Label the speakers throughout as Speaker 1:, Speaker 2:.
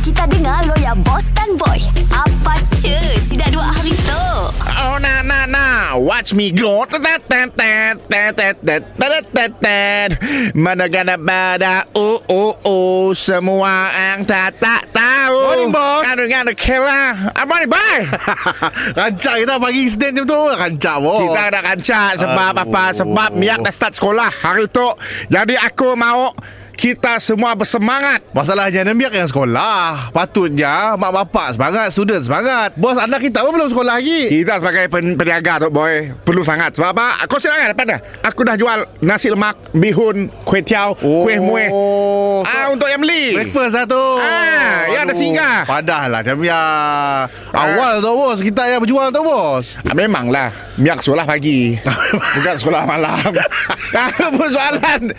Speaker 1: Kita dengar lo ya Boss dan Boy Apa cu Si dah dua hari tu
Speaker 2: Oh, na na na. Watch me go. Tat, tat, tat, tat, tat, tat, tat, tat, tat. Mana gana bada. Oh, oh, oh. Semua ang tak tak tahu.
Speaker 3: Morning, boss.
Speaker 2: Kanu gana kira. Ah, morning, bye.
Speaker 3: Rancak kita pagi Isnin macam tu Rancak bos
Speaker 2: Kita nak kancak sebab
Speaker 3: Oh. Aduh.
Speaker 2: apa? Sebab Miak dah start sekolah hari tu. Jadi aku mau kita semua bersemangat.
Speaker 3: Masalahnya Nembiak yang sekolah Patutnya Mak bapak semangat Student semangat Bos anak kita pun belum sekolah lagi
Speaker 2: Kita sebagai pen- peniaga tu boy Perlu sangat Sebab apa Kau silakan depan dah Aku dah jual Nasi lemak Bihun Kuih tiaw oh. Kuih muih
Speaker 3: Oh
Speaker 2: Ah untuk yang beli
Speaker 3: Breakfast lah tu
Speaker 2: Ah, ya, ada
Speaker 3: Aduh,
Speaker 2: singgah.
Speaker 3: Padahlah Nembiak Awal tu bos Kita yang berjual tu bos
Speaker 2: ah, Memanglah Miak sekolah pagi Bukan sekolah malam Aku pun soalan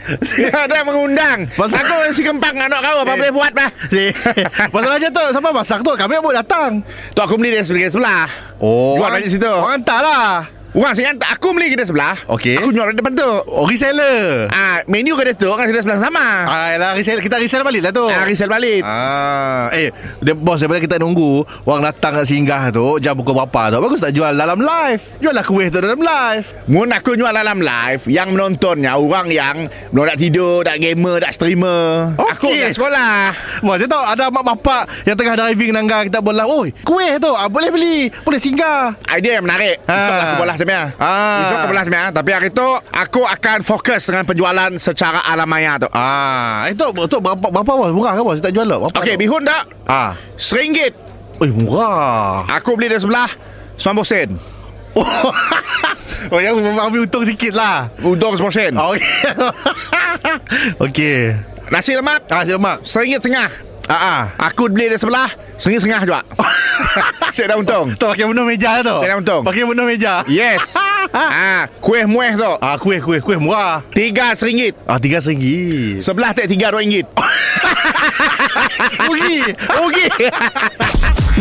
Speaker 2: Ada mengundang
Speaker 3: Masa-
Speaker 2: Aku si kempang Anak kau Apa
Speaker 3: Eh.
Speaker 2: boleh buat bah
Speaker 3: Masalahnya tu Sampai masak tu Kami pun datang
Speaker 2: Tu aku beli dari sebelah sebelah
Speaker 3: Oh
Speaker 2: Jual
Speaker 3: orang-
Speaker 2: dari situ.
Speaker 3: Orang hantar lah
Speaker 2: Orang sini hantar. Aku beli kedai sebelah
Speaker 3: Okey.
Speaker 2: Aku jual dari depan tu
Speaker 3: Oh reseller
Speaker 2: Ah, Menu kedai tu Kan kedai sebelah sama
Speaker 3: Ah, lah, resell, kita resell balik lah tu
Speaker 2: Ah, Rizal balik
Speaker 3: Ah, eh, dia bos daripada kita nunggu orang datang kat singgah tu jam pukul berapa tu. Bagus tak jual dalam live. Juallah kuih tu dalam live.
Speaker 2: Mun aku jual dalam live Yang menontonnya Orang yang Belum nak tidur Tak gamer Tak streamer
Speaker 3: Okey.
Speaker 2: Aku kat sekolah
Speaker 3: Wah, saya tahu ada mak bapak yang tengah driving nangga kita bola. Oi, kuih tu ah, boleh beli, boleh singgah.
Speaker 2: Idea yang menarik ha. Esok
Speaker 3: Ah.
Speaker 2: aku bolah sebenarnya
Speaker 3: Ah.
Speaker 2: Esok aku bolah sebenarnya Tapi hari tu Aku akan fokus Dengan penjualan Secara alam maya tu
Speaker 3: Ah, itu tu berapa berapa bos? Murah ke bos? Saya tak jual lah. Berapa
Speaker 2: Okey
Speaker 3: tu?
Speaker 2: bihun tak
Speaker 3: Ah.
Speaker 2: Seringgit
Speaker 3: Eh, murah.
Speaker 2: Aku beli dari sebelah 90 sen
Speaker 3: Oh, yang ambil untung sikit lah.
Speaker 2: Udang 10 sen oh.
Speaker 3: Ah, Okey. Okey.
Speaker 2: Nasi lemak
Speaker 3: Ah, saya lemak.
Speaker 2: Seringgit setengah
Speaker 3: Ah,
Speaker 2: ha.
Speaker 3: ah.
Speaker 2: Aku beli dari sebelah Seringgit setengah juga Saya dah untung
Speaker 3: Tu pakai benda meja tu.
Speaker 2: Saya dah untung.
Speaker 3: Pakai benda meja.
Speaker 2: Yes ah, Kuih muih tu
Speaker 3: Ah, kuih, kuih, kuih murah.
Speaker 2: Tiga seringgit
Speaker 3: Ah, tiga segi.
Speaker 2: Sebelah tak tiga dua ringgit
Speaker 3: Rugi.
Speaker 2: Rugi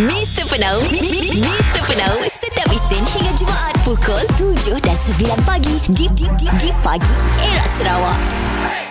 Speaker 1: Mr. Penau mi- mi- mi- Mr. Penau Setiap Isnin hingga Jumaat Pukul 7 dan 9 pagi Di, di, di, di pagi Era Sarawak